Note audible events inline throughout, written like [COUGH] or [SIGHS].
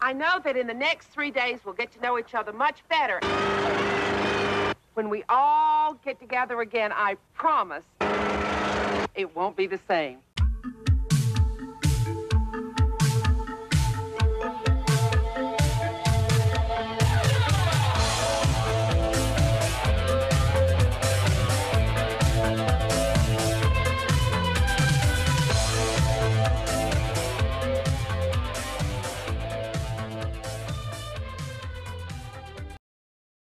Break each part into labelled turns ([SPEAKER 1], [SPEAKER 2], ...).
[SPEAKER 1] I know that in the next three days we'll get to know each other much better. When we all get together again, I promise it won't be the same.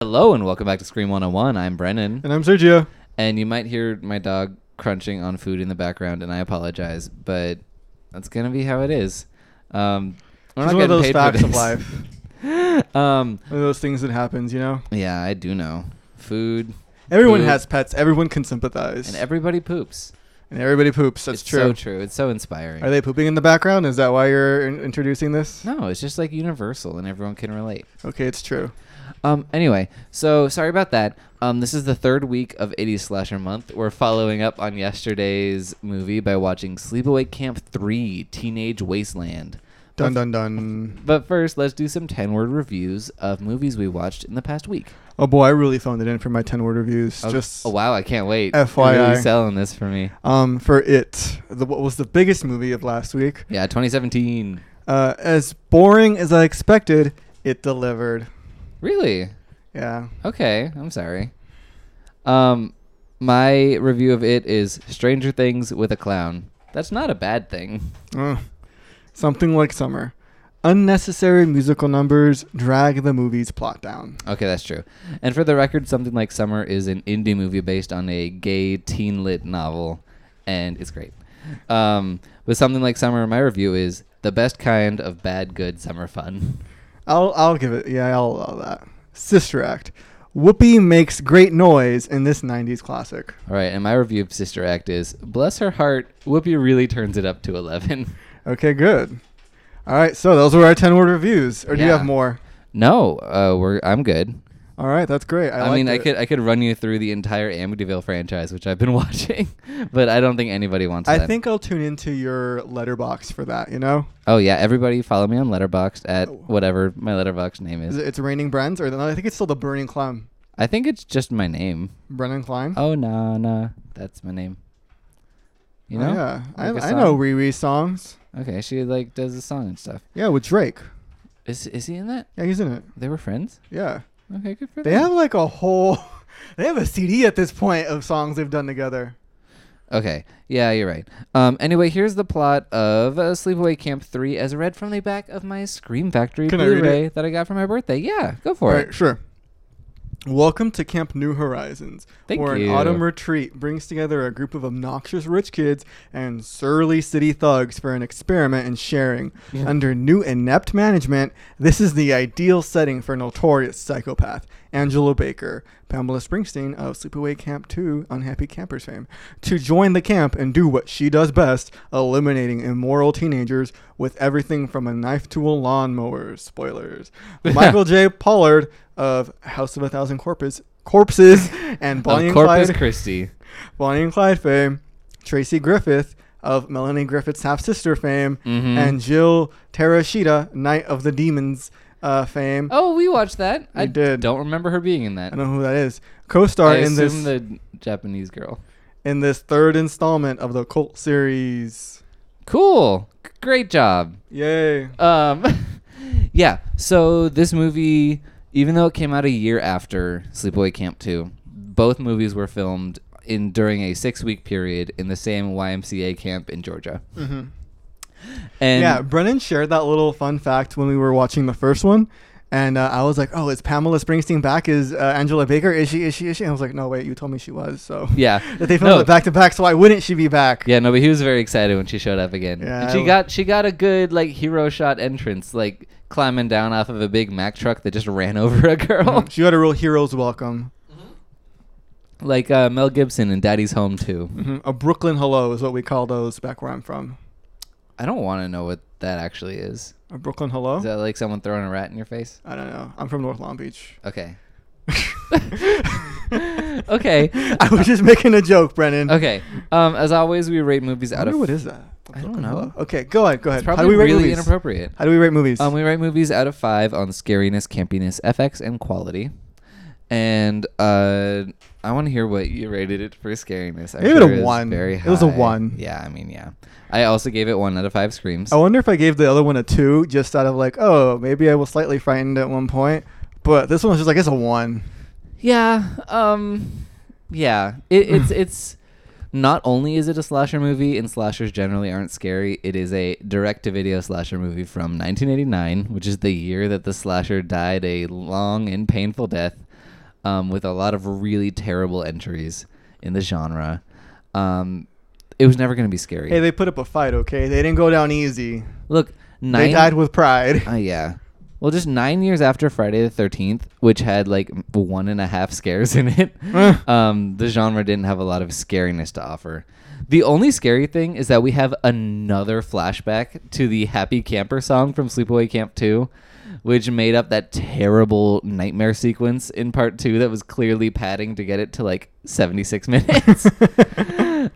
[SPEAKER 2] Hello and welcome back to Scream 101. I'm Brennan.
[SPEAKER 3] And I'm Sergio.
[SPEAKER 2] And you might hear my dog crunching on food in the background, and I apologize, but that's going to be how it is. Um, we're
[SPEAKER 3] It's
[SPEAKER 2] not
[SPEAKER 3] one of
[SPEAKER 2] getting
[SPEAKER 3] those
[SPEAKER 2] paid for
[SPEAKER 3] facts of
[SPEAKER 2] this. [LAUGHS]
[SPEAKER 3] life.
[SPEAKER 2] um,
[SPEAKER 3] One of those things that happens, you know.
[SPEAKER 2] [LAUGHS] yeah, I do know. Food.
[SPEAKER 3] Everyone
[SPEAKER 2] Poop.
[SPEAKER 3] has pets. Everyone can sympathize.
[SPEAKER 2] And everybody poops.
[SPEAKER 3] And everybody poops. That's
[SPEAKER 2] it's
[SPEAKER 3] true.
[SPEAKER 2] so true. It's so inspiring.
[SPEAKER 3] Are they pooping in the background? Is that why you're in- introducing this?
[SPEAKER 2] no, it's just like universal and everyone can relate.
[SPEAKER 3] Okay, it's true.
[SPEAKER 2] Um, anyway, so sorry about that. Um, this is the third week of 80s Slasher Month. We're following up on yesterday's movie by watching Sleepaway Camp 3 Teenage Wasteland.
[SPEAKER 3] Dun dun dun.
[SPEAKER 2] But first, let's do some 10 word reviews of movies we watched in the past week.
[SPEAKER 3] Oh boy, I really phoned it in for my ten word reviews.
[SPEAKER 2] Oh,
[SPEAKER 3] Just
[SPEAKER 2] oh, wow, I can't wait.
[SPEAKER 3] FYI.
[SPEAKER 2] You're really selling this for me.
[SPEAKER 3] um for it. The, what was the biggest movie of last week?
[SPEAKER 2] Yeah, 2017.
[SPEAKER 3] Uh, as boring as I expected, it delivered.
[SPEAKER 2] Really?
[SPEAKER 3] Yeah.
[SPEAKER 2] Okay, I'm sorry. Um, my review of it is Stranger Things with a Clown. That's not a bad thing.
[SPEAKER 3] Ugh. Something like summer. Unnecessary musical numbers drag the movie's plot down.
[SPEAKER 2] Okay, that's true. And for the record, something like Summer is an indie movie based on a gay teen lit novel, and it's great. Um, but something like Summer, my review is the best kind of bad good summer fun. [LAUGHS]
[SPEAKER 3] I'll I'll give it. Yeah, I'll allow that. Sister Act. Whoopi makes great noise in this '90s classic.
[SPEAKER 2] All right, and my review of Sister Act is bless her heart, Whoopi really turns it up to eleven. [LAUGHS]
[SPEAKER 3] Okay, good. All right, so those were our ten word reviews. Or do you
[SPEAKER 2] Yeah.
[SPEAKER 3] have more?
[SPEAKER 2] No, uh, we're I'm good.
[SPEAKER 3] All right, that's great. I,
[SPEAKER 2] I, mean, I
[SPEAKER 3] liked it.
[SPEAKER 2] could I could run you through the entire Amityville franchise, which I've been [LAUGHS] watching, but I don't think anybody wants.
[SPEAKER 3] I
[SPEAKER 2] that.
[SPEAKER 3] think I'll tune into your letterbox for that. You know,
[SPEAKER 2] Oh yeah, everybody follow me on Letterboxd at
[SPEAKER 3] Oh.
[SPEAKER 2] whatever my Letterboxd name
[SPEAKER 3] Is
[SPEAKER 2] is.
[SPEAKER 3] it, it's raining Brens, or no, I think it's still the Burning Clown.
[SPEAKER 2] I think it's just my name.
[SPEAKER 3] Brennan Klein.
[SPEAKER 2] Oh na na, that's my name. You
[SPEAKER 3] Oh,
[SPEAKER 2] know?
[SPEAKER 3] yeah, I,
[SPEAKER 2] Like a
[SPEAKER 3] I know
[SPEAKER 2] song?
[SPEAKER 3] Riri songs.
[SPEAKER 2] Okay, she like does a song and stuff.
[SPEAKER 3] Yeah, with Drake.
[SPEAKER 2] Is is he in that?
[SPEAKER 3] Yeah, he's in it.
[SPEAKER 2] They were friends.
[SPEAKER 3] Yeah,
[SPEAKER 2] Okay, good for
[SPEAKER 3] they
[SPEAKER 2] them.
[SPEAKER 3] have like a whole. [LAUGHS] They have a CD at this point of songs they've done together.
[SPEAKER 2] Okay. Yeah, you're right. Um, anyway, here's the plot of uh, Sleepaway Camp 3 as read from the back of my Scream Factory
[SPEAKER 3] Can I read
[SPEAKER 2] Blu ray that I got for my birthday. Yeah, go for
[SPEAKER 3] Alright,
[SPEAKER 2] it.
[SPEAKER 3] sure. Welcome to Camp New Horizons,
[SPEAKER 2] Thank
[SPEAKER 3] where
[SPEAKER 2] you.
[SPEAKER 3] an autumn retreat brings together a group of obnoxious rich kids and surly city thugs for an experiment in sharing. Under new inept management, this is the ideal setting for notorious psychopath Angela Baker, Pamela Springsteen of Sleepaway Camp 2 Unhappy Campers fame, to join the camp and do what she does best, eliminating immoral teenagers with everything from a knife to a
[SPEAKER 2] [LAUGHS]
[SPEAKER 3] lawnmower. Spoilers. Michael J. Pollard of House of a Thousand Corpus, Corpses and
[SPEAKER 2] of
[SPEAKER 3] Bonnie and
[SPEAKER 2] Corpus
[SPEAKER 3] Clyde,
[SPEAKER 2] Christi.
[SPEAKER 3] Bonnie and Clyde fame, Tracy Griffith of Melanie Griffith's half sister fame,
[SPEAKER 2] Mhm.
[SPEAKER 3] and Jill Terashita, Knight of the Demons uh, fame.
[SPEAKER 2] Oh, we watched that. I
[SPEAKER 3] We did.
[SPEAKER 2] don't remember her being in that.
[SPEAKER 3] I don't know who that is. Co-star
[SPEAKER 2] I
[SPEAKER 3] in this
[SPEAKER 2] assume the Japanese girl.
[SPEAKER 3] in this third installment of the cult series.
[SPEAKER 2] Cool. G- Great job.
[SPEAKER 3] Yay!
[SPEAKER 2] Um, [LAUGHS] yeah. So this movie, even though it came out a year after Sleepaway Camp 2, both movies were filmed in during a six-week period in the same YMCA camp in Georgia.
[SPEAKER 3] Mhm.
[SPEAKER 2] And
[SPEAKER 3] yeah, Brennan shared that little fun fact when we were watching the first one. And uh, I was like, "Oh, is Pamela Springsteen back? Is uh, Angela Baker? Is she? Is she? Is she?" And I was like, "No, wait, you told me she was." So
[SPEAKER 2] Yeah.
[SPEAKER 3] [LAUGHS] that they filmed
[SPEAKER 2] No.
[SPEAKER 3] it back to back. So why wouldn't she be back?
[SPEAKER 2] Yeah, no, but he was very excited when she showed up again.
[SPEAKER 3] Yeah,
[SPEAKER 2] and
[SPEAKER 3] I
[SPEAKER 2] she
[SPEAKER 3] w-
[SPEAKER 2] got she got a good like hero shot entrance, like climbing down off of a big Mack truck that just ran [LAUGHS] over a girl,
[SPEAKER 3] Mm-hmm. she got a real hero's welcome.
[SPEAKER 2] [LAUGHS]
[SPEAKER 3] Mm-hmm.
[SPEAKER 2] like uh, Mel Gibson in Daddy's Home too.
[SPEAKER 3] Mhm. A Brooklyn hello is what we call those back where I'm from.
[SPEAKER 2] I don't want to know what that actually is.
[SPEAKER 3] A Brooklyn hello.
[SPEAKER 2] Is that like someone throwing a rat in your face?
[SPEAKER 3] I don't know. I'm from North
[SPEAKER 2] [LAUGHS]
[SPEAKER 3] Long Beach.
[SPEAKER 2] Okay. okay.
[SPEAKER 3] [LAUGHS] I was just making a joke, Brennan. [LAUGHS]
[SPEAKER 2] Okay. Um, as always, we rate movies
[SPEAKER 3] I
[SPEAKER 2] out
[SPEAKER 3] wonder
[SPEAKER 2] of
[SPEAKER 3] what is that?
[SPEAKER 2] I don't know.
[SPEAKER 3] Okay, go ahead. Go ahead.
[SPEAKER 2] It's
[SPEAKER 3] How do we
[SPEAKER 2] probably
[SPEAKER 3] rate
[SPEAKER 2] really
[SPEAKER 3] movies?
[SPEAKER 2] inappropriate.
[SPEAKER 3] How do we rate movies?
[SPEAKER 2] Um, we rate movies out of five on scariness, campiness, FX, and quality. And uh, I want to hear what you rated it for scariness. I
[SPEAKER 3] gave it a
[SPEAKER 2] was
[SPEAKER 3] one.
[SPEAKER 2] Very
[SPEAKER 3] It was a
[SPEAKER 2] high.
[SPEAKER 3] one.
[SPEAKER 2] Yeah, I mean, yeah. I also gave it one out of five screams.
[SPEAKER 3] I wonder if I gave the other one a two just out of like, oh, maybe I was slightly frightened at one point. But this one was just like, it's a one.
[SPEAKER 2] Yeah. Um. Yeah.
[SPEAKER 3] [SIGHS]
[SPEAKER 2] It, it's it's not only is it a slasher movie, and slashers generally aren't scary. It is a direct-to-video slasher movie from 1989, which is the year that the slasher died a long and painful death, um, with a lot of really terrible entries in the genre. Um, it was never going to be scary.
[SPEAKER 3] Hey, they put up a fight, okay? They didn't go down easy.
[SPEAKER 2] Look, nine.
[SPEAKER 3] They died with pride.
[SPEAKER 2] Oh yeah. Well, just nine years after Friday the Thirteenth, which had like m- one and a half scares in it, um, the genre didn't have a lot of scariness to offer. The only scary thing is that we have another flashback to the Happy Camper song from Sleepaway Camp Two, which made up that terrible nightmare sequence in Part Two that was clearly padding to get it to like seventy-six minutes.
[SPEAKER 3] [LAUGHS]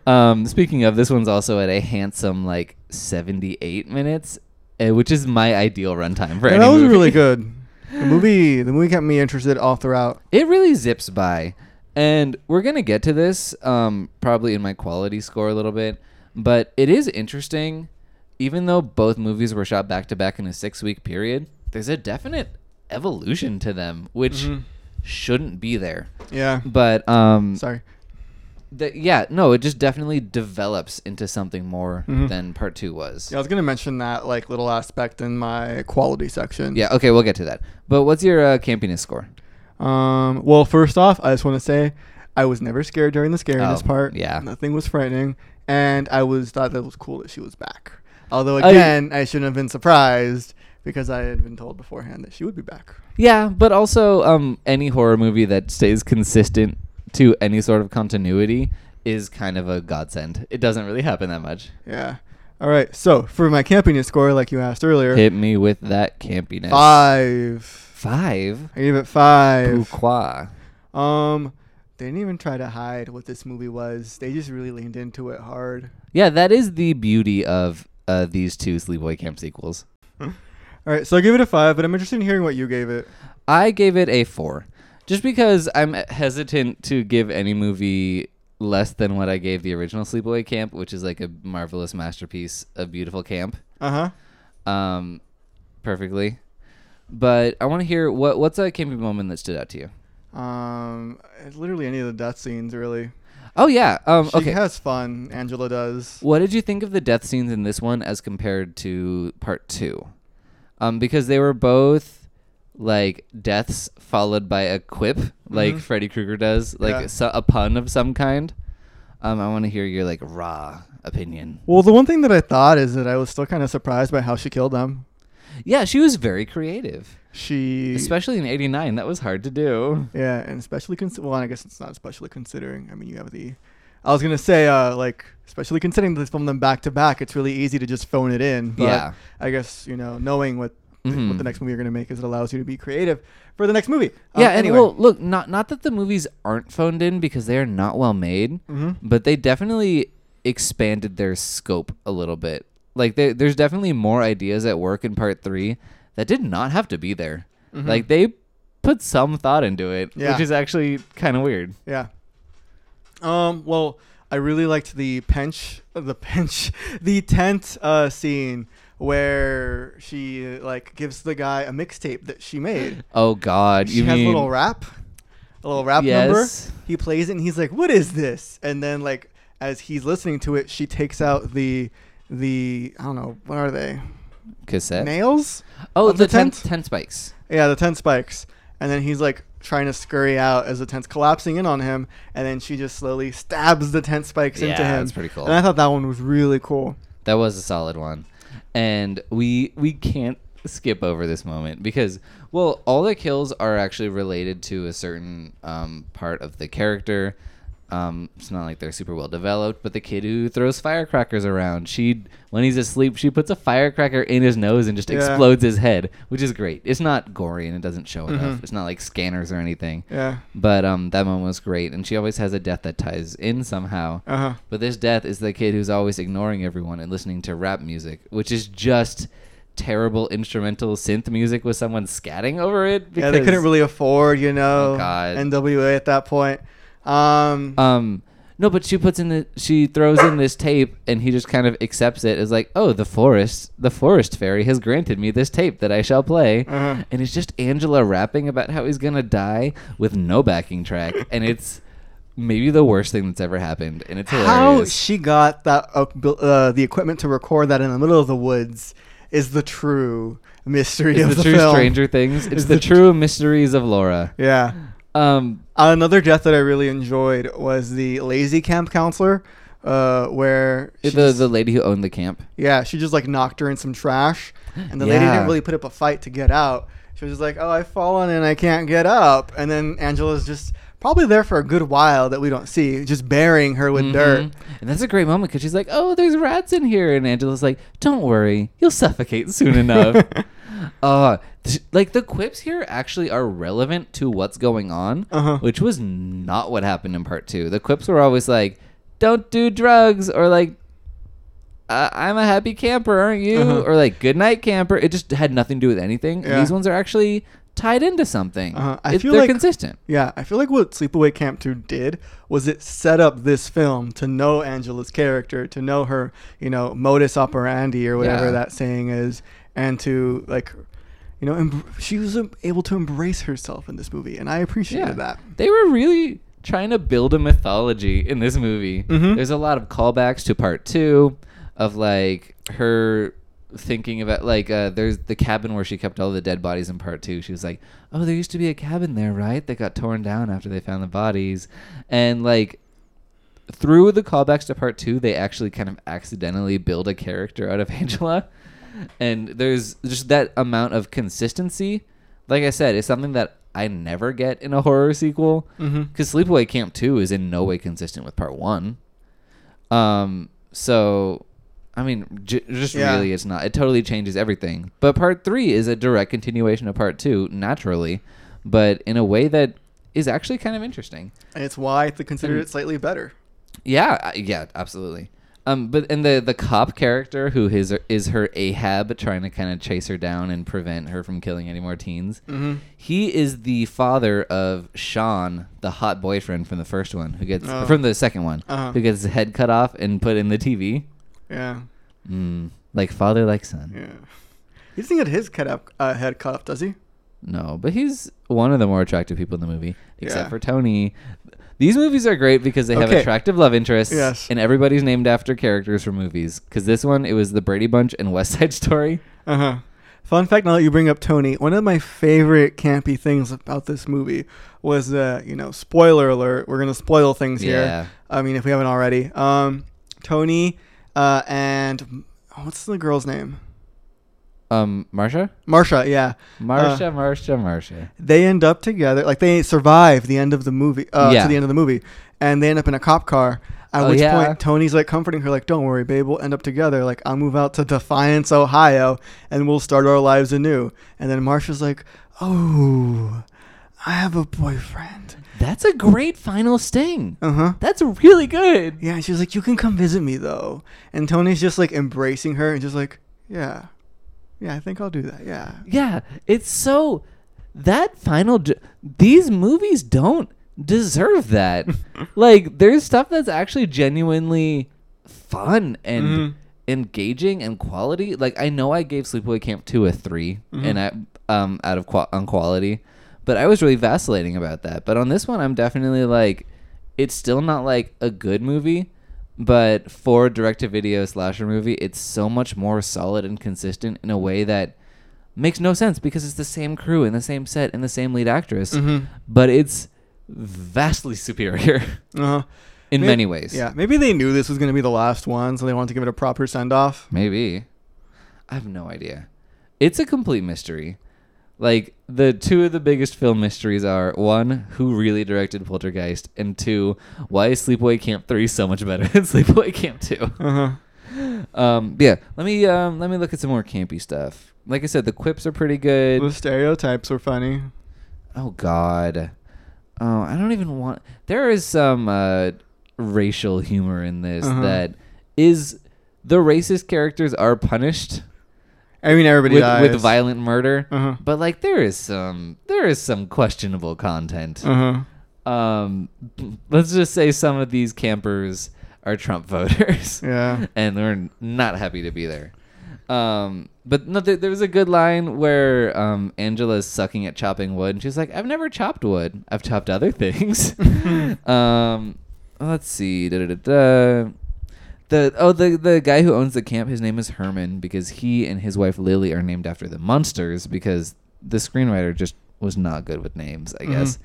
[SPEAKER 2] Um, speaking of, this one's also at a handsome like 78 minutes, uh, which is my ideal runtime for
[SPEAKER 3] Yeah,
[SPEAKER 2] any
[SPEAKER 3] that was
[SPEAKER 2] movie.
[SPEAKER 3] really good. The movie, the movie kept me interested all throughout.
[SPEAKER 2] It really zips by, and we're gonna get to this um, probably in my quality score a little bit, but it is interesting. Even though both movies were shot back to back in a six week period, there's a definite evolution to them, which
[SPEAKER 3] Mm-hmm.
[SPEAKER 2] shouldn't be there.
[SPEAKER 3] Yeah.
[SPEAKER 2] But um,
[SPEAKER 3] Sorry.
[SPEAKER 2] th- yeah, no, it just definitely develops into something more
[SPEAKER 3] Mm-hmm.
[SPEAKER 2] than part two was.
[SPEAKER 3] Yeah, I was gonna mention that like little aspect in my quality section.
[SPEAKER 2] Yeah, okay, we'll get to that. But what's your uh, campiness score?
[SPEAKER 3] Um. Well, first off, I just want to say I was never scared during the scariness
[SPEAKER 2] Oh,
[SPEAKER 3] part.
[SPEAKER 2] yeah.
[SPEAKER 3] Nothing was frightening, and I was thought that it was cool that she was back. Although
[SPEAKER 2] I-
[SPEAKER 3] again, I, shouldn't have been surprised because I had been told beforehand that she would be back.
[SPEAKER 2] Yeah, but also um, any horror movie that stays consistent to any sort of continuity is kind of a godsend. It doesn't really happen that much.
[SPEAKER 3] Yeah. All right. So for my campiness score, like you asked earlier,
[SPEAKER 2] Hit me with that campiness.
[SPEAKER 3] five.
[SPEAKER 2] Five?
[SPEAKER 3] I gave it five.
[SPEAKER 2] Pourquoi?
[SPEAKER 3] Um, they didn't even try to hide what this movie was. They just really leaned into it hard.
[SPEAKER 2] Yeah, that is the beauty of uh, these two Sleepaway Camp sequels.
[SPEAKER 3] All right, so I give it a five, but I'm interested in hearing what you gave it.
[SPEAKER 2] I gave it a four, just because I'm hesitant to give any movie less than what I gave the original Sleepaway Camp, which is like a marvelous masterpiece of beautiful camp,
[SPEAKER 3] Uh huh.
[SPEAKER 2] um, perfectly. But I want to hear what what's a campy moment that stood out to you.
[SPEAKER 3] Um, literally any of the death scenes, really.
[SPEAKER 2] Oh yeah, um,
[SPEAKER 3] She
[SPEAKER 2] okay.
[SPEAKER 3] has fun. Angela does.
[SPEAKER 2] what did you think of the death scenes in this one as compared to part two? Um, because they were both like deaths followed by a quip, like Freddy Krueger does, like
[SPEAKER 3] Mm-hmm. Yeah.
[SPEAKER 2] so- a pun of some kind. Um, I want to hear your like raw opinion.
[SPEAKER 3] Well, the one thing that I thought is that I was still kind of surprised by how she killed them.
[SPEAKER 2] Yeah, she was very creative,
[SPEAKER 3] She,
[SPEAKER 2] especially in '89. That was hard to do.
[SPEAKER 3] yeah, and especially cons- well, I guess it's not especially considering. I mean, you have the. I was gonna say, uh, like, especially considering they filmed them back to back, it's really easy to just phone it in. But
[SPEAKER 2] Yeah.
[SPEAKER 3] I guess you know, knowing what
[SPEAKER 2] Mhm.
[SPEAKER 3] what the next movie you're gonna make is, it allows you to be creative for the next movie. Um,
[SPEAKER 2] yeah, and well, look, not not that the movies aren't phoned in because they are not well made,
[SPEAKER 3] Mm-hmm.
[SPEAKER 2] but they definitely expanded their scope a little bit. Like there, there's definitely more ideas at work in part three that did not have to be there. Like they put some thought into it,
[SPEAKER 3] Mm-hmm. Yeah.
[SPEAKER 2] which is actually kind of weird.
[SPEAKER 3] Yeah. Um. Well, I really liked the pinch, [LAUGHS] the pinch, the tent uh, scene where she like gives the guy a mixtape that she made.
[SPEAKER 2] Oh God,
[SPEAKER 3] She
[SPEAKER 2] you
[SPEAKER 3] has
[SPEAKER 2] mean
[SPEAKER 3] a little rap, a little rap
[SPEAKER 2] Yes.
[SPEAKER 3] number. He plays it, and he's like, "What is this?" And then like as he's listening to it, she takes out the the I don't know what are they
[SPEAKER 2] cassette?
[SPEAKER 3] nails?
[SPEAKER 2] oh,
[SPEAKER 3] of
[SPEAKER 2] the,
[SPEAKER 3] the
[SPEAKER 2] ten,
[SPEAKER 3] tent?
[SPEAKER 2] ten spikes.
[SPEAKER 3] Yeah, the tent spikes. And then he's like trying to scurry out as the tent's collapsing in on him. And then she just slowly stabs the tent spikes into
[SPEAKER 2] Yeah,
[SPEAKER 3] him.
[SPEAKER 2] that's pretty cool.
[SPEAKER 3] And I thought that one was really cool.
[SPEAKER 2] That was a solid one. And we we can't skip over this moment because well, all the kills are actually related to a certain um, part of the character. Um, it's not like they're super well developed, but the kid who throws firecrackers around, she when he's asleep, she puts a firecracker in his nose and just
[SPEAKER 3] Yeah.
[SPEAKER 2] explodes his head, which is great. It's not gory and it doesn't show enough. It's not like scanners or anything.
[SPEAKER 3] Yeah.
[SPEAKER 2] But um, that moment was great, and she always has a death that ties in somehow.
[SPEAKER 3] Uh huh.
[SPEAKER 2] But this death is the kid who's always ignoring everyone and listening to rap music, which is just terrible instrumental synth music with someone scatting over it.
[SPEAKER 3] Yeah, they couldn't really afford, you know,
[SPEAKER 2] Oh, God.
[SPEAKER 3] NWA at that point. Um,
[SPEAKER 2] Um, no, but she puts in the she throws in this tape, and he just kind of accepts it as like, oh, the forest, the forest fairy has granted me this tape that I shall play,
[SPEAKER 3] Uh-huh.
[SPEAKER 2] and it's just Angela rapping about how he's gonna die with no backing track, and it's maybe the worst thing that's ever happened, and it's
[SPEAKER 3] how
[SPEAKER 2] hilarious.
[SPEAKER 3] she got that uh, bu- uh, the equipment to record that in the middle of the woods is the true mystery
[SPEAKER 2] it's
[SPEAKER 3] of
[SPEAKER 2] the,
[SPEAKER 3] the,
[SPEAKER 2] true
[SPEAKER 3] film.
[SPEAKER 2] Stranger Things. It's
[SPEAKER 3] It's
[SPEAKER 2] the,
[SPEAKER 3] the-
[SPEAKER 2] true mysteries of Laura.
[SPEAKER 3] Yeah. Uh,
[SPEAKER 2] Um,
[SPEAKER 3] Another death that I really enjoyed was the lazy camp counselor, uh, where
[SPEAKER 2] the
[SPEAKER 3] she just-
[SPEAKER 2] the lady who owned the camp.
[SPEAKER 3] Yeah, she just like knocked her in some trash, and the lady
[SPEAKER 2] Yeah.
[SPEAKER 3] didn't really put up a fight to get out. She was just like, "Oh, I've fallen and I can't get up." And then Angela's just probably there for a good while that we don't see, just burying her with dirt.
[SPEAKER 2] Mhm. And that's a great moment because she's like, "Oh, there's rats in here," and Angela's like, "Don't worry, you'll suffocate soon
[SPEAKER 3] [LAUGHS]
[SPEAKER 2] enough." uh, th- like the quips here actually are relevant to what's going on,
[SPEAKER 3] Uh-huh.
[SPEAKER 2] which was not what happened in part two. The quips were always like, "Don't do drugs," or like. Uh, I'm a happy camper, aren't you?
[SPEAKER 3] Uh-huh.
[SPEAKER 2] Or like, good night, camper. It just had nothing to do with anything. And
[SPEAKER 3] Yeah.
[SPEAKER 2] these ones are actually tied into something.
[SPEAKER 3] Uh-huh. I
[SPEAKER 2] It-
[SPEAKER 3] feel
[SPEAKER 2] they're
[SPEAKER 3] like-
[SPEAKER 2] consistent.
[SPEAKER 3] Yeah, I feel like what Sleepaway Camp 2 did was it set up this film to know Angela's character, to know her, you know, modus operandi or whatever
[SPEAKER 2] Yeah.
[SPEAKER 3] that saying is, and to like, you know, em- she was um, able to embrace herself in this movie, and I appreciated that.
[SPEAKER 2] They were really trying to build a mythology in this movie.
[SPEAKER 3] Mm-hmm.
[SPEAKER 2] There's a lot of callbacks to part two of like her thinking about like uh, there's the cabin where she kept all the dead bodies in part two. She was like, "Oh, there used to be a cabin there, right? That got torn down after they found the bodies," and like through the callbacks to part two, they actually kind of accidentally build a character out of [LAUGHS] Angela. And there's just that amount of consistency. Like I said, it's something that I never get in a horror sequel. Because Sleepaway Camp 2 is in no way consistent with part one. Um, so, I mean, j- just
[SPEAKER 3] Yeah.
[SPEAKER 2] really, it's not. It totally changes everything. But part three is a direct continuation of part two, naturally, but in a way that is actually kind of interesting.
[SPEAKER 3] And it's why I considered it slightly better.
[SPEAKER 2] Yeah, I- yeah, absolutely. Um, but and the the cop character who is is her Ahab trying to kind of chase her down and prevent her from killing any more teens.
[SPEAKER 3] Mm.
[SPEAKER 2] He is the father of Sean, the hot boyfriend from the first one, who gets
[SPEAKER 3] Oh.
[SPEAKER 2] from the second one,
[SPEAKER 3] Uh-huh.
[SPEAKER 2] who gets his head cut off and put in the TV.
[SPEAKER 3] Yeah,
[SPEAKER 2] Mm, like father, like son.
[SPEAKER 3] yeah. He doesn't get his cut up, uh, head cut off, does he?
[SPEAKER 2] No, but he's one of the more attractive people in the movie, except
[SPEAKER 3] Yeah.
[SPEAKER 2] for Tony. These movies are great because they have
[SPEAKER 3] Okay.
[SPEAKER 2] attractive love interests,
[SPEAKER 3] Yes.
[SPEAKER 2] and everybody's named after characters from movies. Because this one, it was the Brady Bunch and West Side Story.
[SPEAKER 3] Uh
[SPEAKER 2] Uh-huh.
[SPEAKER 3] huh. Fun fact: Now that you bring up Tony, one of my favorite campy things about this movie was uh, you know, spoiler alert. We're gonna spoil things
[SPEAKER 2] Yeah.
[SPEAKER 3] here. I mean, if we haven't already. Um, Tony, uh, and oh, what's the girl's name?
[SPEAKER 2] Um, Marsha,
[SPEAKER 3] Marsha. Yeah.
[SPEAKER 2] Marsha,
[SPEAKER 3] Uh,
[SPEAKER 2] Marsha, Marsha.
[SPEAKER 3] they end up together. Like they survive the end of the movie uh,
[SPEAKER 2] Yeah.
[SPEAKER 3] to the end of the movie, and they end up in a cop car. At
[SPEAKER 2] Oh,
[SPEAKER 3] which
[SPEAKER 2] yeah.
[SPEAKER 3] point, Tony's like comforting her, like, "Don't worry, babe. We'll end up together. Like, I'll move out to Defiance, Ohio, and we'll start our lives anew." And then Marsha's like, "Oh, I have a boyfriend."
[SPEAKER 2] That's a great final sting.
[SPEAKER 3] Uh huh.
[SPEAKER 2] That's really good.
[SPEAKER 3] Yeah, and she was like, "You can come visit me, though." And Tony's just like embracing her and just like, "Yeah, yeah, I think I'll do that. Yeah,
[SPEAKER 2] Yeah, it's so that final. Ju- these movies don't deserve that. like, there's stuff that's actually genuinely fun and engaging and quality. Like, I know I gave Sleepaway Camp two a 3 and I um out of qua on quality, but I was really vacillating about that. But on this one, I'm definitely like, it's still not like a good movie. But for direct to video slasher movie, it's so much more solid and consistent in a way that makes no sense because it's the same crew and the same set and the same lead actress, but it's vastly superior [LAUGHS]
[SPEAKER 3] uh huh."
[SPEAKER 2] in
[SPEAKER 3] May-
[SPEAKER 2] many ways.
[SPEAKER 3] Yeah, maybe they knew this was going to be the last one, so they wanted to give it a proper send off.
[SPEAKER 2] Maybe. I have no idea. It's a complete mystery. Like the two of the biggest film mysteries are one, who really directed Poltergeist, and two, why is Sleepaway Camp Three so much better [LAUGHS] than Sleepaway Camp Two?
[SPEAKER 3] Uh huh.
[SPEAKER 2] Um, yeah, let me um, let me look at some more campy stuff. Like I said, the quips are pretty good.
[SPEAKER 3] The stereotypes were funny.
[SPEAKER 2] Oh God. Oh, I don't even want. There is some uh, racial humor in this
[SPEAKER 3] Uh-huh.
[SPEAKER 2] that is the racist characters are punished
[SPEAKER 3] I mean, everybody
[SPEAKER 2] with,
[SPEAKER 3] dies.
[SPEAKER 2] with violent murder,
[SPEAKER 3] Uh huh.
[SPEAKER 2] but like there is some there is some questionable content.
[SPEAKER 3] Uh huh.
[SPEAKER 2] Um, let's just say some of these campers are Trump [LAUGHS] voters.
[SPEAKER 3] Yeah.
[SPEAKER 2] and we're not happy to be there. Um, but no, there, there was a good line where um, Angela's sucking at chopping wood, and she's like, "I've never chopped wood. I've chopped other things." [LAUGHS] um, let's see. Da, da, da, da. The oh the the guy who owns the camp, his name is Herman because he and his wife Lily are named after the monsters because the screenwriter just was not good with names, I guess.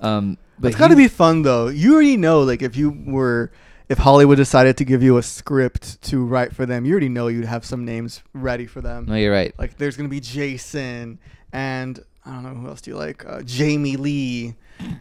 [SPEAKER 2] Um, but
[SPEAKER 3] Mm-hmm. it's got to
[SPEAKER 2] he-
[SPEAKER 3] be fun though. You already know, like if you were, if Hollywood decided to give you a script to write for them, you already know you'd have some names ready for them.
[SPEAKER 2] No, Oh, you're right.
[SPEAKER 3] Like there's gonna be Jason and I don't know who else do you like? Uh, Jamie Lee,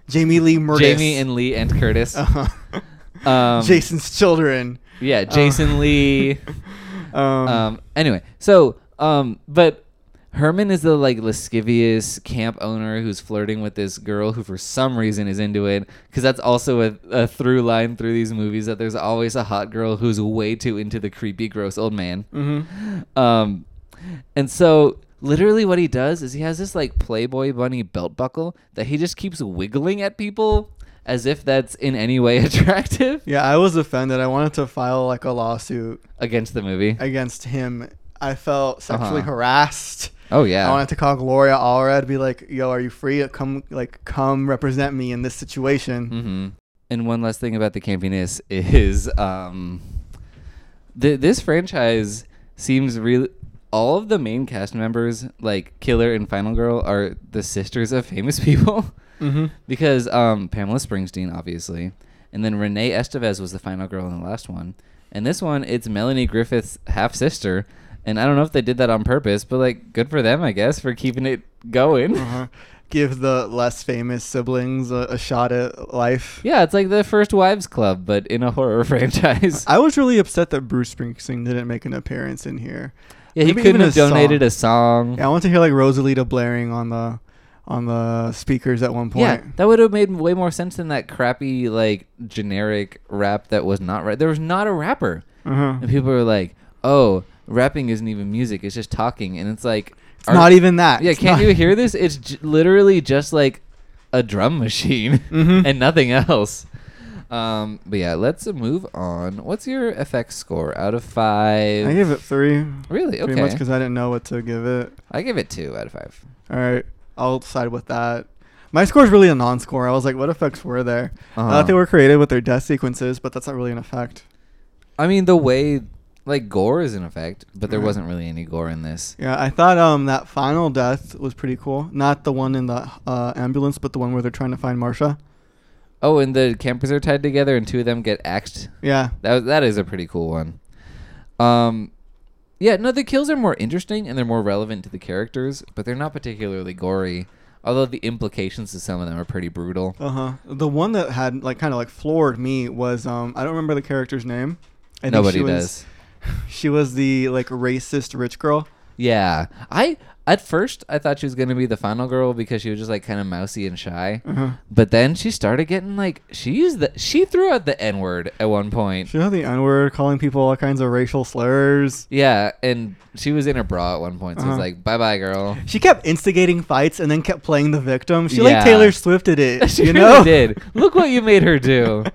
[SPEAKER 3] Jamie Lee Murtis,
[SPEAKER 2] Jamie and Lee and Curtis.
[SPEAKER 3] [LAUGHS] Uh-huh.
[SPEAKER 2] Um,
[SPEAKER 3] Jason's children.
[SPEAKER 2] Yeah, Uh, Jason Lee.
[SPEAKER 3] [LAUGHS] Um,
[SPEAKER 2] Um, anyway, so um, but Herman is the like lascivious camp owner who's flirting with this girl who for some reason is into it because that's also a, a through line through these movies that there's always a hot girl who's way too into the creepy gross old man. Um, and so literally what he does is he has this like Playboy bunny belt buckle that he just keeps wiggling at people as if that's in any way [LAUGHS] attractive
[SPEAKER 3] yeah, I was offended. I wanted to file like a lawsuit
[SPEAKER 2] against the movie.
[SPEAKER 3] against him. I felt sexually
[SPEAKER 2] Uh-huh.
[SPEAKER 3] harassed.
[SPEAKER 2] Oh yeah.
[SPEAKER 3] I wanted to call Gloria Allred, be like, "Yo, are you free? Come, like, come represent me in this situation."
[SPEAKER 2] Mm-hmm. And one last thing about the campiness is um, th- this franchise seems really. All of the main cast members, like Killer and Final Girl, are the sisters of famous [LAUGHS] people.
[SPEAKER 3] Mhm.
[SPEAKER 2] because um, Pamela Springsteen, obviously, and then Renee Estevez was the final girl in the last one, and this one it's Melanie Griffith's half sister, and I don't know if they did that on purpose, but like good for them, I guess, for keeping it going.
[SPEAKER 3] Uh-huh. Give the less famous siblings a, a shot at life.
[SPEAKER 2] [LAUGHS] Yeah, it's like the First Wives Club, but in a horror [LAUGHS] franchise.
[SPEAKER 3] I was really upset that Bruce Springsteen didn't make an appearance in here.
[SPEAKER 2] Yeah, he
[SPEAKER 3] Maybe
[SPEAKER 2] couldn't
[SPEAKER 3] even
[SPEAKER 2] have
[SPEAKER 3] a song.
[SPEAKER 2] donated a song.
[SPEAKER 3] Yeah, I want to hear like Rosalita blaring on the on the speakers at one
[SPEAKER 2] Yeah,
[SPEAKER 3] point.
[SPEAKER 2] that would have made way more sense than that crappy, like, generic rap that was not right. There was not a rapper.
[SPEAKER 3] Uh-huh.
[SPEAKER 2] And people were like, oh, rapping isn't even music, it's just talking. And it's like,
[SPEAKER 3] It's not even that.
[SPEAKER 2] Yeah,
[SPEAKER 3] It's
[SPEAKER 2] can't
[SPEAKER 3] not-
[SPEAKER 2] you hear this? It's j- literally just like a drum
[SPEAKER 3] [LAUGHS]
[SPEAKER 2] machine
[SPEAKER 3] Mhm.
[SPEAKER 2] and nothing else. Um, but yeah, let's move on. What's your effects score out of five?
[SPEAKER 3] [LAUGHS] I gave it three.
[SPEAKER 2] Really?
[SPEAKER 3] Pretty
[SPEAKER 2] Okay.
[SPEAKER 3] much because I didn't know what to give it.
[SPEAKER 2] I give it two out of five.
[SPEAKER 3] All right, I'll side with that. My score is really a non-score. I was like, what effects were there? I
[SPEAKER 2] Uh-huh.
[SPEAKER 3] thought they were creative with their death sequences, but that's not really an effect.
[SPEAKER 2] I mean, the way like gore is in effect, but there
[SPEAKER 3] Right.
[SPEAKER 2] wasn't really any gore in this.
[SPEAKER 3] Yeah, I thought um that final death was pretty cool. Not the one in the uh, ambulance, but the one where they're trying to find Marsha.
[SPEAKER 2] Oh, and the campers are tied together, and two of them get axed.
[SPEAKER 3] Yeah,
[SPEAKER 2] That was- that is a pretty cool one. Um, yeah, no, the kills are more interesting and they're more relevant to the characters, but they're not particularly gory. Although the implications of some of them are pretty brutal.
[SPEAKER 3] uh huh. The one that had like kind of like floored me was um I don't remember the character's name. I think
[SPEAKER 2] Nobody
[SPEAKER 3] she was,
[SPEAKER 2] does.
[SPEAKER 3] She was the like racist rich girl.
[SPEAKER 2] Yeah, I at first I thought she was gonna be the final girl because she was just like kind of mousy and shy,
[SPEAKER 3] Mm.
[SPEAKER 2] but then she started getting like she used the she threw out the n word at one point.
[SPEAKER 3] She had the N word, calling people all kinds of racial slurs.
[SPEAKER 2] Yeah, and she was in her bra at one point, so
[SPEAKER 3] Uh-huh.
[SPEAKER 2] it's like, bye bye, girl. [LAUGHS]
[SPEAKER 3] She kept instigating fights and then kept playing the victim. She
[SPEAKER 2] Yeah.
[SPEAKER 3] like Taylor Swifted
[SPEAKER 2] [LAUGHS]
[SPEAKER 3] it.
[SPEAKER 2] she
[SPEAKER 3] [LAUGHS] you
[SPEAKER 2] really
[SPEAKER 3] know?
[SPEAKER 2] did. Look what you made her do.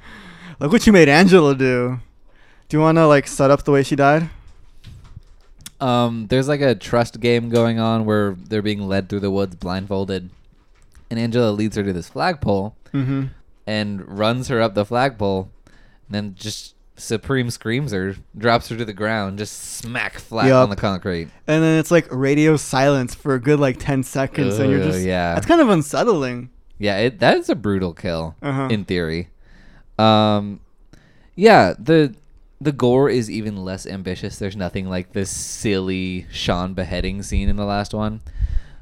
[SPEAKER 3] [LAUGHS] Look what you made Angela do. Do you want to like set up the way she died?
[SPEAKER 2] Um, there's like a trust game going on where they're being led through the woods blindfolded, and Angela leads her to this flagpole
[SPEAKER 3] Mm-hmm.
[SPEAKER 2] and runs her up the flagpole, and then just supreme screams her, drops her to the ground, just smack flat
[SPEAKER 3] Yup.
[SPEAKER 2] on the concrete.
[SPEAKER 3] And then it's like radio silence for a good like ten seconds, and you're
[SPEAKER 2] Ugh,
[SPEAKER 3] just
[SPEAKER 2] yeah.
[SPEAKER 3] That's kind of unsettling.
[SPEAKER 2] Yeah, it, that is a brutal kill
[SPEAKER 3] Uh-huh.
[SPEAKER 2] in theory. Um, yeah, the the gore is even less ambitious. There's nothing like this silly Sean beheading scene in the last one,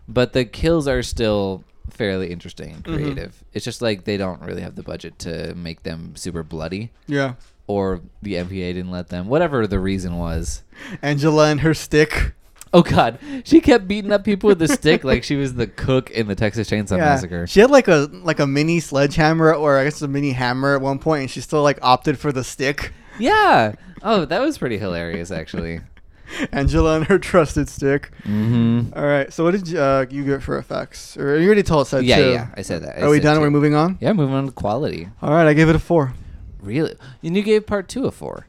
[SPEAKER 2] but the kills are still fairly interesting and
[SPEAKER 3] Mm-hmm.
[SPEAKER 2] creative. It's just like they don't really have the budget to make them super bloody,
[SPEAKER 3] Yeah.
[SPEAKER 2] or the MPA didn't let them. Whatever the reason was.
[SPEAKER 3] Angela and her stick.
[SPEAKER 2] Oh God, she kept beating up people with a
[SPEAKER 3] [LAUGHS]
[SPEAKER 2] stick like she was the cook in the Texas Chainsaw Massacre.
[SPEAKER 3] She had like a like a mini sledgehammer or I guess a mini hammer at one point and she still like opted for the stick.
[SPEAKER 2] Yeah. Oh, that was pretty hilarious actually.
[SPEAKER 3] [LAUGHS] Angela and her trusted stick.
[SPEAKER 2] Mm-hmm.
[SPEAKER 3] All right. So what did you, uh, you get for effects? Or you already told us that
[SPEAKER 2] Yeah,
[SPEAKER 3] too.
[SPEAKER 2] yeah. I said that. I
[SPEAKER 3] Are we
[SPEAKER 2] said
[SPEAKER 3] done?
[SPEAKER 2] two.
[SPEAKER 3] We're moving on.
[SPEAKER 2] Yeah, moving on to quality.
[SPEAKER 3] All right. I give it a four.
[SPEAKER 2] Really? And you gave part two a four.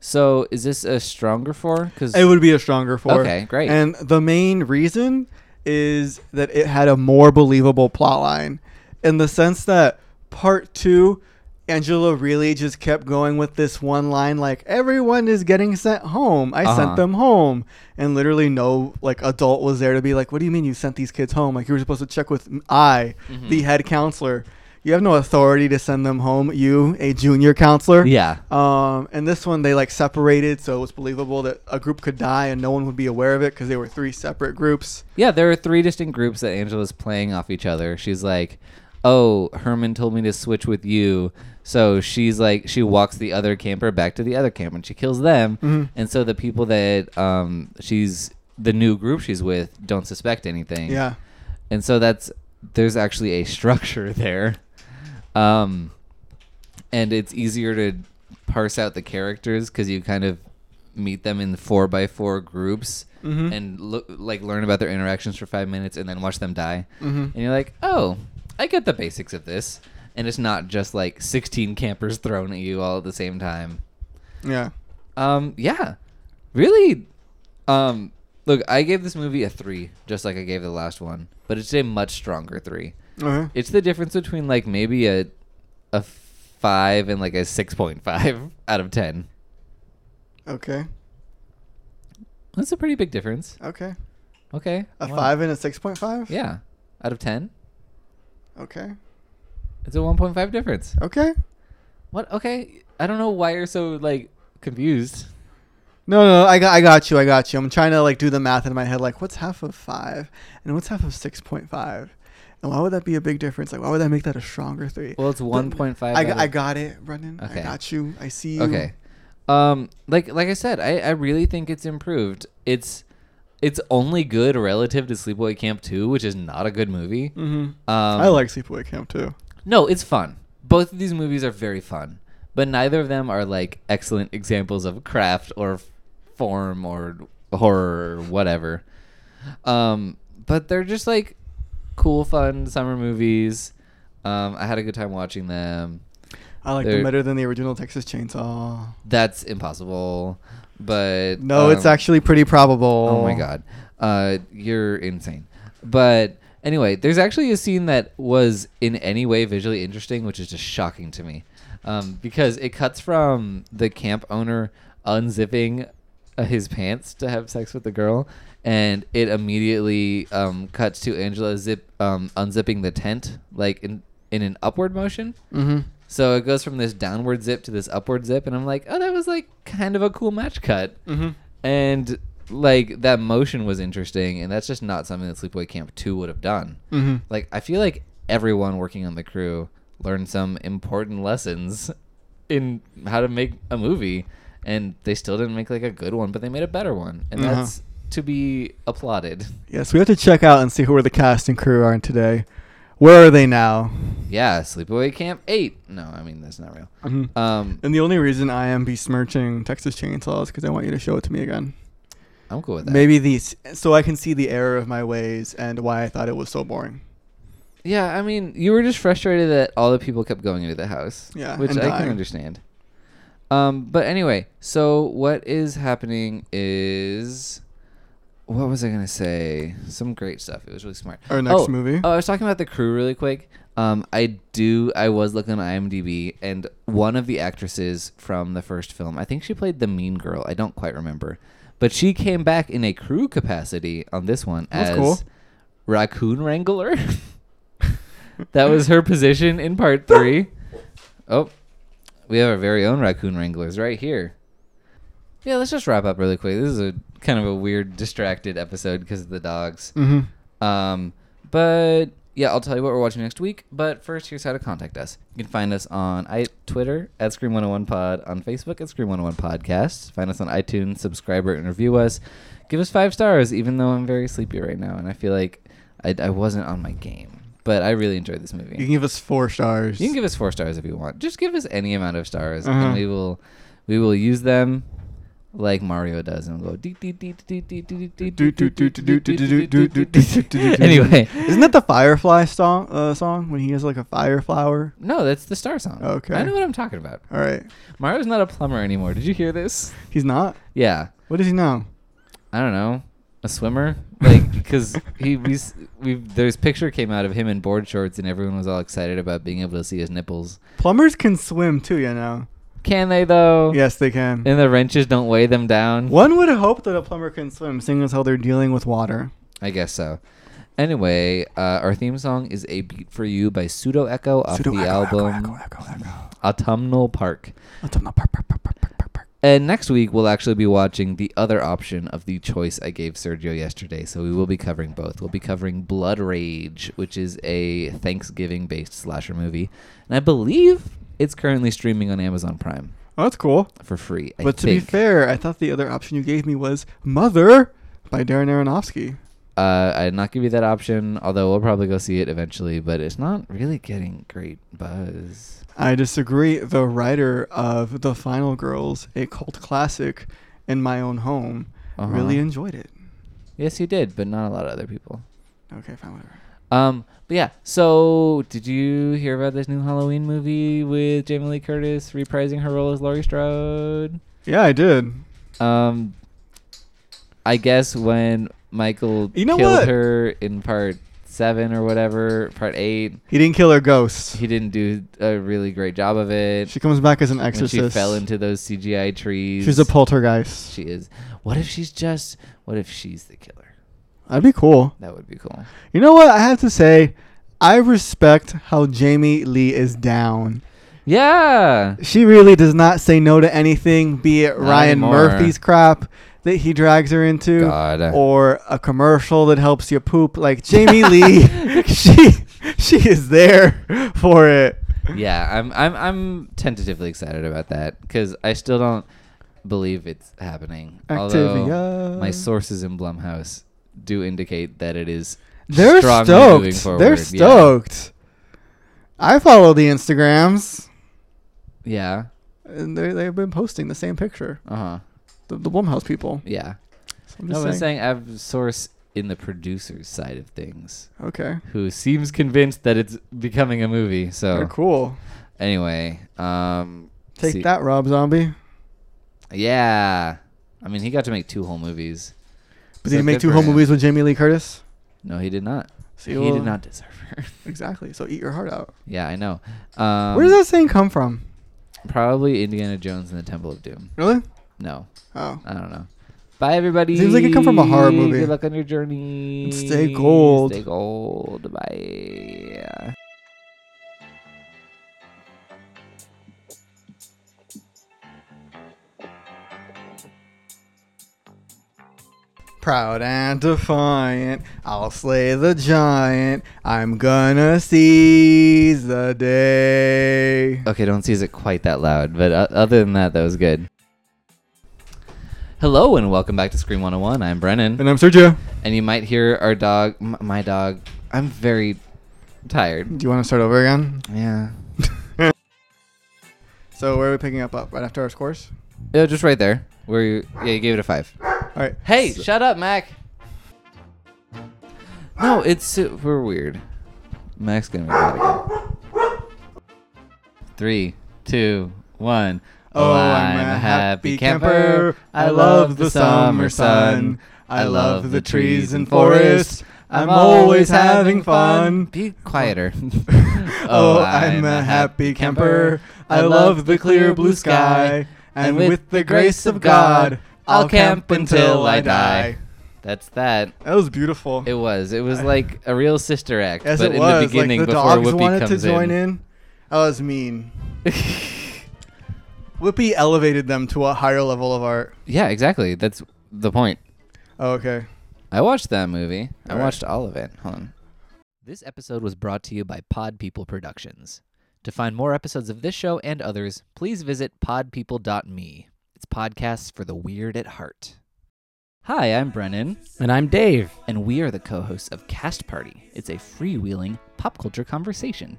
[SPEAKER 2] So is this a stronger four? Because
[SPEAKER 3] It would be a stronger four.
[SPEAKER 2] Okay, great.
[SPEAKER 3] And the main reason is that it had a more believable plot line in the sense that part two, Angela really just kept going with this one line like, everyone is getting sent home. I
[SPEAKER 2] Uh-huh.
[SPEAKER 3] sent them home. And literally no like adult was there to be like, what do you mean you sent these kids home? Like you were supposed to check with I,
[SPEAKER 2] Mm-hmm.
[SPEAKER 3] the head counselor. You have no authority to send them home, you, a junior counselor.
[SPEAKER 2] yeah,
[SPEAKER 3] Um, and this one they like separated, so it was believable that a group could die and no one would be aware of it because they were three separate groups.
[SPEAKER 2] yeah, there are three distinct groups that Angela's playing off each other. She's like, "Oh, Herman told me to switch with you," so she's like, she walks the other camper back to the other camp and she kills them.
[SPEAKER 3] Mm-hmm.
[SPEAKER 2] And so the people that um, she's the new group she's with don't suspect anything.
[SPEAKER 3] Yeah,
[SPEAKER 2] and so that's there's actually a [LAUGHS] structure there um and it's easier to parse out the characters because you kind of meet them in four by four groups and look like learn about their interactions for five minutes and then watch them die and you're like oh i get the basics of this and it's not just like 16 campers thrown at you all at the same time
[SPEAKER 3] yeah.
[SPEAKER 2] um, yeah, really. Um, look, I gave this movie a three, just like I gave the last one, but it's a much stronger three.
[SPEAKER 3] Uh-huh.
[SPEAKER 2] It's the difference between like maybe a a five and like a six point five [LAUGHS] out of ten.
[SPEAKER 3] Okay,
[SPEAKER 2] That's a pretty big difference.
[SPEAKER 3] okay.
[SPEAKER 2] Okay,
[SPEAKER 3] A
[SPEAKER 2] wow.
[SPEAKER 3] five and a six point five.
[SPEAKER 2] Yeah, out of ten,
[SPEAKER 3] Okay,
[SPEAKER 2] it's a one point five difference.
[SPEAKER 3] okay.
[SPEAKER 2] What? Okay, I don't know why you're so like confused.
[SPEAKER 3] No, no, I got, I got you, I got you. I'm trying to like do the math in my head, like what's half of five and what's half of six point five, and why would that be a big difference? Like why would that make that a stronger three?
[SPEAKER 2] Well, it's one point five.
[SPEAKER 3] I, got, I got it, Brendan.
[SPEAKER 2] Okay.
[SPEAKER 3] I got you. I see you.
[SPEAKER 2] Okay. Um, like like I said, I, I really think it's improved. It's it's only good relative to Sleepaway Camp 2, which is not a good movie.
[SPEAKER 3] hmm
[SPEAKER 2] Um,
[SPEAKER 3] I like Sleepaway Camp too.
[SPEAKER 2] No, it's fun. Both of these movies are very fun, but neither of them are like excellent examples of craft or f- form or horror or whatever. Um, but they're just like cool, fun summer movies. Um, I had a good time watching them.
[SPEAKER 3] I like
[SPEAKER 2] They're-
[SPEAKER 3] them better than the original Texas Chainsaw.
[SPEAKER 2] That's impossible, but
[SPEAKER 3] No, it's
[SPEAKER 2] um,
[SPEAKER 3] actually pretty probable.
[SPEAKER 2] Oh my god. Uh, you're insane. But anyway, there's actually a scene that was in any way visually interesting, which is just shocking to me. Um, because it cuts from the camp owner unzipping uh, his pants to have sex with the girl, and it immediately um, cuts to Angela zip um, unzipping the tent, like in, in an upward motion.
[SPEAKER 3] Mm-hmm.
[SPEAKER 2] So it goes from this downward zip to this upward zip, and I'm like, oh, that was like kind of a cool match cut
[SPEAKER 3] Mm-hmm.
[SPEAKER 2] and like that motion was interesting and that's just not something that sleepaway camp 2 would have done
[SPEAKER 3] Mm-hmm.
[SPEAKER 2] like i feel like everyone working on the crew learned some important lessons in how to make a movie and they still didn't make like a good one but they made a better one and
[SPEAKER 3] Uh-huh.
[SPEAKER 2] that's to be applauded [LAUGHS]
[SPEAKER 3] Yes, we have to check out and see who are the cast and crew are today. Where are they now?
[SPEAKER 2] yeah sleepaway camp 8 no i mean that's not real
[SPEAKER 3] Mhm.
[SPEAKER 2] um
[SPEAKER 3] And the only reason I am besmirching Texas Chainsaw is because I want you to show it to me again.
[SPEAKER 2] i'm cool with that
[SPEAKER 3] Maybe these, so I can see the error of my ways and why I thought it was so boring.
[SPEAKER 2] Yeah, I mean, you were just frustrated that all the people kept going into the house.
[SPEAKER 3] Yeah,
[SPEAKER 2] which
[SPEAKER 3] and
[SPEAKER 2] I can
[SPEAKER 3] dying.
[SPEAKER 2] understand. Um, but anyway, so what is happening is, what was I gonna say? Some great stuff. It was really smart.
[SPEAKER 3] Our next
[SPEAKER 2] Oh,
[SPEAKER 3] movie.
[SPEAKER 2] Oh, I was talking about the crew really quick. Um, I do. I was looking on IMDb, and one of the actresses from the first film, I think she played the mean girl. I don't quite remember, but she came back in a crew capacity on this one
[SPEAKER 3] That's
[SPEAKER 2] as
[SPEAKER 3] cool.
[SPEAKER 2] raccoon wrangler. [LAUGHS] that was her position in part
[SPEAKER 3] [LAUGHS]
[SPEAKER 2] three. Oh, we have our very own raccoon wranglers right here. Yeah, let's just wrap up really quick. This is a kind of a weird, distracted episode because of the dogs.
[SPEAKER 3] Mm-hmm.
[SPEAKER 2] Um, but yeah, I'll tell you what we're watching next week. But first, here's how to contact us. You can find us on I- Twitter at Scream 101 Pod, on Facebook at Scream 101 Podcast. Find us on iTunes, subscribe or interview us. Give us five stars, even though I'm very sleepy right now and I feel like I, I wasn't on my game. But I really enjoyed this movie.
[SPEAKER 3] You can give us four stars.
[SPEAKER 2] You can give us four stars if you want. Just give us any amount of stars,
[SPEAKER 3] Uh-huh.
[SPEAKER 2] and we will we will use them like Mario does, and we'll go. "Dee, dee, dee, dee, dee, dee, dee, dee, dee, dee, dee, dee, dee, dee, dee, dee, dee." Anyway,
[SPEAKER 3] Isn't that the Firefly song? Uh, song when he has like a fire flower.
[SPEAKER 2] no, that's the star song.
[SPEAKER 3] Okay.
[SPEAKER 2] I know what I'm talking about.
[SPEAKER 3] All right,
[SPEAKER 2] Mario's not a plumber anymore. Did you hear this?
[SPEAKER 3] he's not.
[SPEAKER 2] Yeah,
[SPEAKER 3] What does he know?
[SPEAKER 2] I don't know. A swimmer, like because he we we there's picture came out of him in board shorts, and everyone was all excited about being able to see his nipples.
[SPEAKER 3] Plumbers can swim too, you know.
[SPEAKER 2] Can they though?
[SPEAKER 3] Yes, they can.
[SPEAKER 2] And the wrenches don't weigh them down.
[SPEAKER 3] One would hope that a plumber can swim, seeing as how they're dealing with water.
[SPEAKER 2] I guess so. Anyway, uh, our theme song is "A Beat for You" by Pseudo Echo off
[SPEAKER 3] Pseudo
[SPEAKER 2] the
[SPEAKER 3] echo, echo,
[SPEAKER 2] album
[SPEAKER 3] echo, echo, echo.
[SPEAKER 2] Autumnal Park.
[SPEAKER 3] Let's have no park, park, park, park, park, park, park.
[SPEAKER 2] And next week we'll actually be watching the other option of the choice I gave Sergio yesterday. So we will be covering both. We'll be covering Blood Rage, which is a Thanksgiving-based slasher movie, and I believe it's currently streaming on Amazon Prime
[SPEAKER 3] Oh, that's cool.
[SPEAKER 2] for free. I
[SPEAKER 3] but to be
[SPEAKER 2] think.
[SPEAKER 3] fair, I thought the other option you gave me was Mother by Darren Aronofsky.
[SPEAKER 2] Uh, I did not give you that option, although we'll probably go see it eventually. But it's not really getting great buzz.
[SPEAKER 3] I disagree. The writer of The Final Girls, a cult classic in my own home,
[SPEAKER 2] Uh-huh.
[SPEAKER 3] really enjoyed it.
[SPEAKER 2] Yes, you did, but not a lot of other people.
[SPEAKER 3] Okay, fine, whatever.
[SPEAKER 2] Um, but yeah. So, did you hear about this new Halloween movie with Jamie Lee Curtis reprising her role as Laurie Strode?
[SPEAKER 3] Yeah, I did.
[SPEAKER 2] Um, I guess when Michael
[SPEAKER 3] You know
[SPEAKER 2] killed
[SPEAKER 3] what?
[SPEAKER 2] her in part seven or whatever, part eight,
[SPEAKER 3] He didn't kill her ghosts.
[SPEAKER 2] he didn't do a really great job of it.
[SPEAKER 3] she comes back as an
[SPEAKER 2] when
[SPEAKER 3] exorcist.
[SPEAKER 2] she fell into those CGI trees.
[SPEAKER 3] She's a poltergeist.
[SPEAKER 2] She is. What if she's just? What if she's the killer?
[SPEAKER 3] That'd be cool.
[SPEAKER 2] That would be cool.
[SPEAKER 3] You know what? I have to say, I respect how Jamie Lee is down.
[SPEAKER 2] Yeah.
[SPEAKER 3] She really does not say no to anything, be it
[SPEAKER 2] Not
[SPEAKER 3] Ryan
[SPEAKER 2] anymore.
[SPEAKER 3] Murphy's crap that he drags her into,
[SPEAKER 2] God.
[SPEAKER 3] or a commercial that helps you poop. Like Jamie
[SPEAKER 2] [LAUGHS]
[SPEAKER 3] Lee, she she is there for it.
[SPEAKER 2] yeah, I'm I'm I'm tentatively excited about that because I still don't believe it's happening. Although
[SPEAKER 3] Activia.
[SPEAKER 2] my sources in Blumhouse do indicate that it is.
[SPEAKER 3] They're
[SPEAKER 2] strongly moving
[SPEAKER 3] stoked.
[SPEAKER 2] forward,
[SPEAKER 3] They're
[SPEAKER 2] yeah.
[SPEAKER 3] stoked. I follow the Instagrams,
[SPEAKER 2] Yeah.
[SPEAKER 3] and they they've been posting the same picture.
[SPEAKER 2] Uh huh.
[SPEAKER 3] The, the Blumhouse people.
[SPEAKER 2] Yeah.
[SPEAKER 3] So I'm
[SPEAKER 2] No,
[SPEAKER 3] just
[SPEAKER 2] I'm
[SPEAKER 3] saying.
[SPEAKER 2] saying I have source in the producer's side of things,
[SPEAKER 3] Okay.
[SPEAKER 2] who seems convinced that it's becoming a movie.
[SPEAKER 3] They're
[SPEAKER 2] So
[SPEAKER 3] cool.
[SPEAKER 2] anyway, um,
[SPEAKER 3] Take
[SPEAKER 2] see-
[SPEAKER 3] that, Rob Zombie.
[SPEAKER 2] Yeah. I mean, he got to make two whole movies.
[SPEAKER 3] But did
[SPEAKER 2] So
[SPEAKER 3] he make
[SPEAKER 2] good
[SPEAKER 3] two
[SPEAKER 2] for
[SPEAKER 3] home
[SPEAKER 2] him.
[SPEAKER 3] movies with Jamie Lee Curtis?
[SPEAKER 2] No, he did not.
[SPEAKER 3] So
[SPEAKER 2] he
[SPEAKER 3] you will-
[SPEAKER 2] did not deserve [LAUGHS] her.
[SPEAKER 3] Exactly. So eat your heart out.
[SPEAKER 2] yeah, I know. Um,
[SPEAKER 3] Where does that saying come from?
[SPEAKER 2] Probably Indiana Jones and the Temple of Doom.
[SPEAKER 3] Really?
[SPEAKER 2] No,
[SPEAKER 3] Oh.
[SPEAKER 2] I don't know. Bye, everybody.
[SPEAKER 3] Seems like it come from a horror movie.
[SPEAKER 2] Good luck on your journey.
[SPEAKER 3] And stay gold.
[SPEAKER 2] Stay gold. Bye.
[SPEAKER 3] Proud and defiant, I'll slay the giant. I'm gonna seize the day.
[SPEAKER 2] Okay, don't seize it quite that loud, but uh, other than that, that was good. Hello and welcome back to Scream 101. I'm Brennan,
[SPEAKER 3] And I'm Sergio.
[SPEAKER 2] and you might hear our dog, m- my dog. I'm very tired.
[SPEAKER 3] Do you want to start over again?
[SPEAKER 2] Yeah.
[SPEAKER 3] So where are we picking up? Up right after our scores.
[SPEAKER 2] Yeah, just right there. Where you, yeah, you gave it a five.
[SPEAKER 3] All right.
[SPEAKER 2] Hey, shut up, Mac. No, it's super weird. Mac's gonna make that again. Three, two, one.
[SPEAKER 3] Oh, I'm a happy camper. I love the summer sun. I love the trees and forests. I'm always having fun.
[SPEAKER 2] Be quieter.
[SPEAKER 3] [LAUGHS] Oh, I'm a happy camper. I love the clear blue sky. And with the grace of God, I'll camp until I die.
[SPEAKER 2] That's that.
[SPEAKER 3] That was beautiful.
[SPEAKER 2] It was. It was like a real sister act,
[SPEAKER 3] As
[SPEAKER 2] but
[SPEAKER 3] it
[SPEAKER 2] in
[SPEAKER 3] was,
[SPEAKER 2] the beginning
[SPEAKER 3] like the
[SPEAKER 2] before
[SPEAKER 3] dogs
[SPEAKER 2] Whoopi
[SPEAKER 3] wanted
[SPEAKER 2] comes
[SPEAKER 3] to join in.
[SPEAKER 2] in.
[SPEAKER 3] I
[SPEAKER 2] [LAUGHS]
[SPEAKER 3] was mean. Whoopi elevated them to a higher level of art.
[SPEAKER 2] yeah, exactly. That's the point.
[SPEAKER 3] Oh, okay.
[SPEAKER 2] I watched that movie. I
[SPEAKER 3] All right.
[SPEAKER 2] watched all of it. Hold on. This episode was brought to you by Pod People Productions. To find more episodes of this show and others, please visit podpeople.me. It's podcasts for the weird at heart. Hi, I'm Brennan,
[SPEAKER 4] And I'm Dave.
[SPEAKER 2] and we are the co hosts of Cast Party. It's a freewheeling pop culture conversation.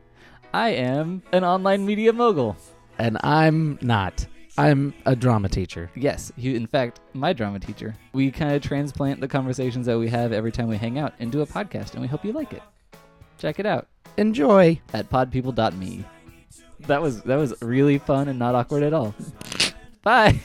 [SPEAKER 2] I am an online media mogul.
[SPEAKER 4] And I'm not. I'm a drama teacher.
[SPEAKER 2] Yes, he, in fact, my drama teacher. We kind of transplant the conversations that we have every time we hang out into a podcast, and we hope you like it. Check it out
[SPEAKER 4] Enjoy.
[SPEAKER 2] at podpeople.me. That was that was really fun and not awkward at all. Bye.